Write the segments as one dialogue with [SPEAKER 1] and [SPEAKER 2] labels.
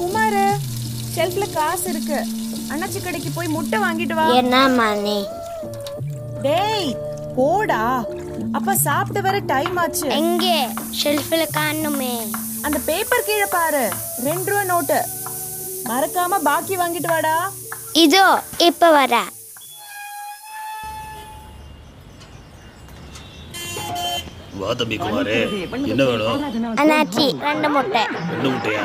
[SPEAKER 1] குமாரு ஷெல்ஃப்ல காசு இருக்கு அண்ணாச்சி கடைக்கு போய் முட்டை வாங்கிட்டு வா
[SPEAKER 2] என்னம்மா நீ
[SPEAKER 1] டேய் போடா அப்பா சாப்பிட்டு வர டைம் ஆச்சு
[SPEAKER 2] எங்கே ஷெல்ஃபில் காணுமே
[SPEAKER 1] அந்த பேப்பர் கீழே பாரு ரெண்டு ரூபா நோட்டு மறக்காம பாக்கி வாங்கிட்டு வாடா
[SPEAKER 2] இதோ இப்போ வர
[SPEAKER 3] வா தம்பி குமாரே என்ன வேணும்
[SPEAKER 2] அண்ணாச்சி ரெண்டு முட்டை
[SPEAKER 3] ரெண்டு முட்டையா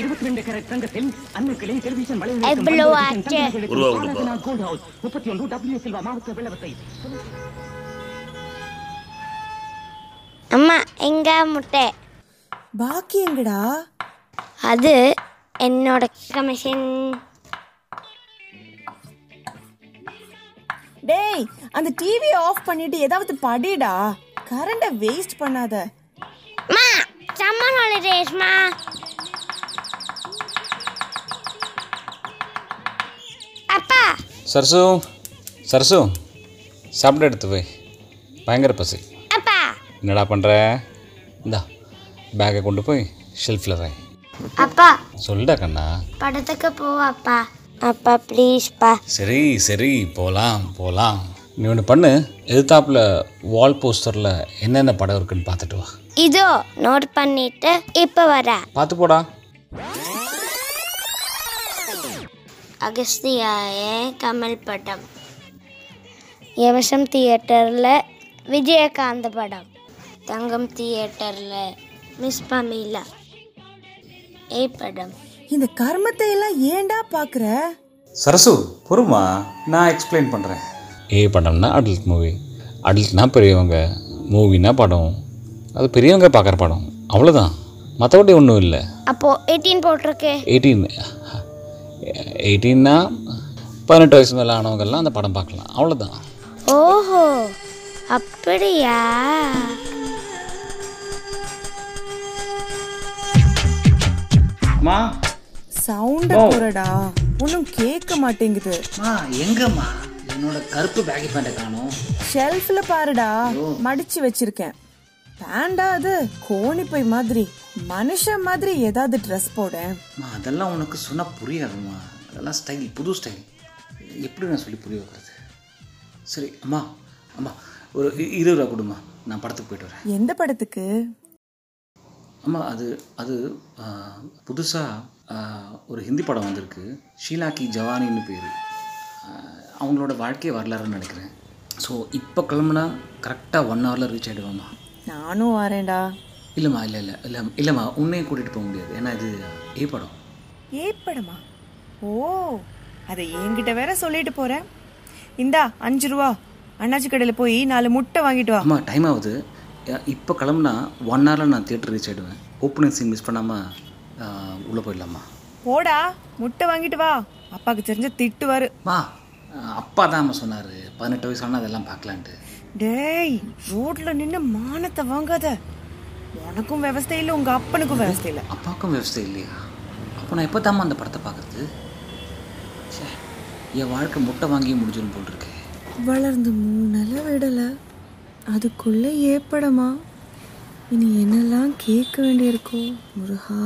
[SPEAKER 4] இருபத்தி ரெண்டு கேரட் தங்கத்தில் அன்னுக்கிளை டெலிவிஷன்
[SPEAKER 2] எவ்வளோ ஆச்சு
[SPEAKER 3] ஒரு ரூபா கொடுப்பா
[SPEAKER 4] கோல்ட் ஹவுஸ் முப்பத்தி ஒன்று டபிள்யூ சில்வா மாவட்ட வெள்ளவத்தை
[SPEAKER 2] அம்மா எங்க முட்டை
[SPEAKER 1] பாக்கி எங்கடா
[SPEAKER 2] அது என்னோட கமிஷன்
[SPEAKER 1] டேய் அந்த டிவி ஆஃப் பண்ணிட்டு ஏதாவது படிடா கரண்ட வேஸ்ட் பண்ணாத
[SPEAKER 2] அம்மா செம்ம நாலேஜ்மா அப்பா
[SPEAKER 5] சரசு சரசு சாப்பிட எடுத்து போய் பயங்கர பசி
[SPEAKER 2] அப்பா
[SPEAKER 5] என்னடா பண்ணுற இந்தா பேக்கை கொண்டு போய் ஷெல்ஃபில் வை
[SPEAKER 2] அப்பா
[SPEAKER 5] சொல்லிட்டா கண்ணா
[SPEAKER 2] படத்துக்கு போ அப்பா அப்பா ப்ளீஸ்ப்பா
[SPEAKER 5] சரி சரி போகலாம் போகலாம் நீ ஒன்று பண்ணு எதிர்த்தாப்புல வால் போஸ்டரில் என்னென்ன படம் இருக்குன்னு பார்த்துட்டு வா
[SPEAKER 2] இதோ நோட் பண்ணிட்டு இப்போ வர
[SPEAKER 5] பார்த்து போடா
[SPEAKER 2] அகஸ்தியாய கமல் படம் யவசம் தியேட்டரில் விஜயகாந்த் படம் தங்கம் தியேட்டரில் மிஸ் பமீலா ஏய் படம்
[SPEAKER 1] இந்த கர்மத்தை எல்லாம் ஏன்டா பாக்குற
[SPEAKER 5] சரசு பொறுமா நான் எக்ஸ்பிளைன் பண்ணுறேன் ஏ படம்னா அடல்ட் மூவி அடல்ட்னா பெரியவங்க மூவினா படம் அது பெரியவங்க பார்க்குற படம் அவ்வளோதான் மற்றபடி ஒன்றும் இல்லை
[SPEAKER 2] அப்போது எயிட்டீன் போட்டிருக்கு
[SPEAKER 5] எயிட்டீன் எயிட்டீன்னா பதினெட்டு வயசு மேலே ஆனவங்கெல்லாம் அந்த படம் பார்க்கலாம் அவ்வளோதான்
[SPEAKER 2] ஓஹோ அப்படியா
[SPEAKER 6] மா
[SPEAKER 1] சவுண்ட போறடா ஒன்னும் கேட்க மாட்டேங்குது
[SPEAKER 4] மா எங்கம்மா என்னோட கருப்பு பேக்கி பேண்ட காணும்
[SPEAKER 1] ஷெல்ஃப்ல பாருடா மடிச்சு வச்சிருக்கேன் பேண்டா அது கோணி போய் மாதிரி மனுஷன் மாதிரி ஏதாவது ட்ரெஸ் போட
[SPEAKER 4] மா அதெல்லாம் உனக்கு சொன்னால் புரியாதும்மா அதெல்லாம் ஸ்டைல் புது ஸ்டைல் எப்படி நான் சொல்லி புரிய வைக்கிறது சரி அம்மா அம்மா ஒரு இ- இருபது ரூபா கொடுமா நான் படத்துக்கு போயிட்டு வரேன்
[SPEAKER 1] எந்த படத்துக்கு
[SPEAKER 4] அம்மா அது அது புதுசாக ஒரு ஹிந்தி படம் வந்திருக்கு ஷீலா கி ஜவானின்னு பேர் அவங்களோட வாழ்க்கை வரலாறுன்னு நினைக்கிறேன் ஸோ இப்போ கிளம்புனா கரெக்டாக ஒன் ஹவரில் ரீச் ஆகிடுவோம்மா
[SPEAKER 1] நானும் வரேன்டா
[SPEAKER 4] இல்லைம்மா இல்லை இல்லை இல்லை இல்லைம்மா உன்னையும் கூட்டிகிட்டு போக முடியாது ஏன்னா இது ஏ படம்
[SPEAKER 1] ஏ படமா ஓ அதை என்கிட்ட வேற சொல்லிட்டு போறேன் இந்தா அஞ்சு ரூபா அண்ணாச்சி கடையில் போய் நாலு முட்டை வாங்கிட்டு வா
[SPEAKER 4] அம்மா டைம் ஆகுது இப்போ கிளம்புனா ஒன் ஹவரில் நான் தியேட்டர் ரீச் ஆகிடுவேன் ஓப்பனிங் சீன் மிஸ் பண்ணாமல் உள்ளே போயிடலாமா
[SPEAKER 1] போடா முட்டை வாங்கிட்டு வா அப்பாவுக்கு தெரிஞ்ச திட்டுவாரு
[SPEAKER 4] அம்மா அஹ், அப்பா தான் அம்மா சொன்னார் பதினெட்டு வயசு ஆனால் அதெல்லாம் பார்க்கலான்ட்டு
[SPEAKER 1] டேய் ரோட்ல நின்னு மானத்தை வாங்காத உனக்கும் விவசாயம் இல்லை உங்க அப்பனுக்கும் விவசாயம் இல்லை
[SPEAKER 4] அப்பாவுக்கும் விவசாயம் இல்லையா அப்போ நான் எப்போ தாம்மா அந்த படத்தை பார்க்குறது ச்சே என் வாழ்க்கை முட்டை வாங்கி முடிஞ்சிடும் போல் இருக்கேன்
[SPEAKER 1] வளர்ந்து மூணல விடல அதுக்குள்ள ஏப்படமா இனி என்னெல்லாம் கேட்க வேண்டியிருக்கோ முருகா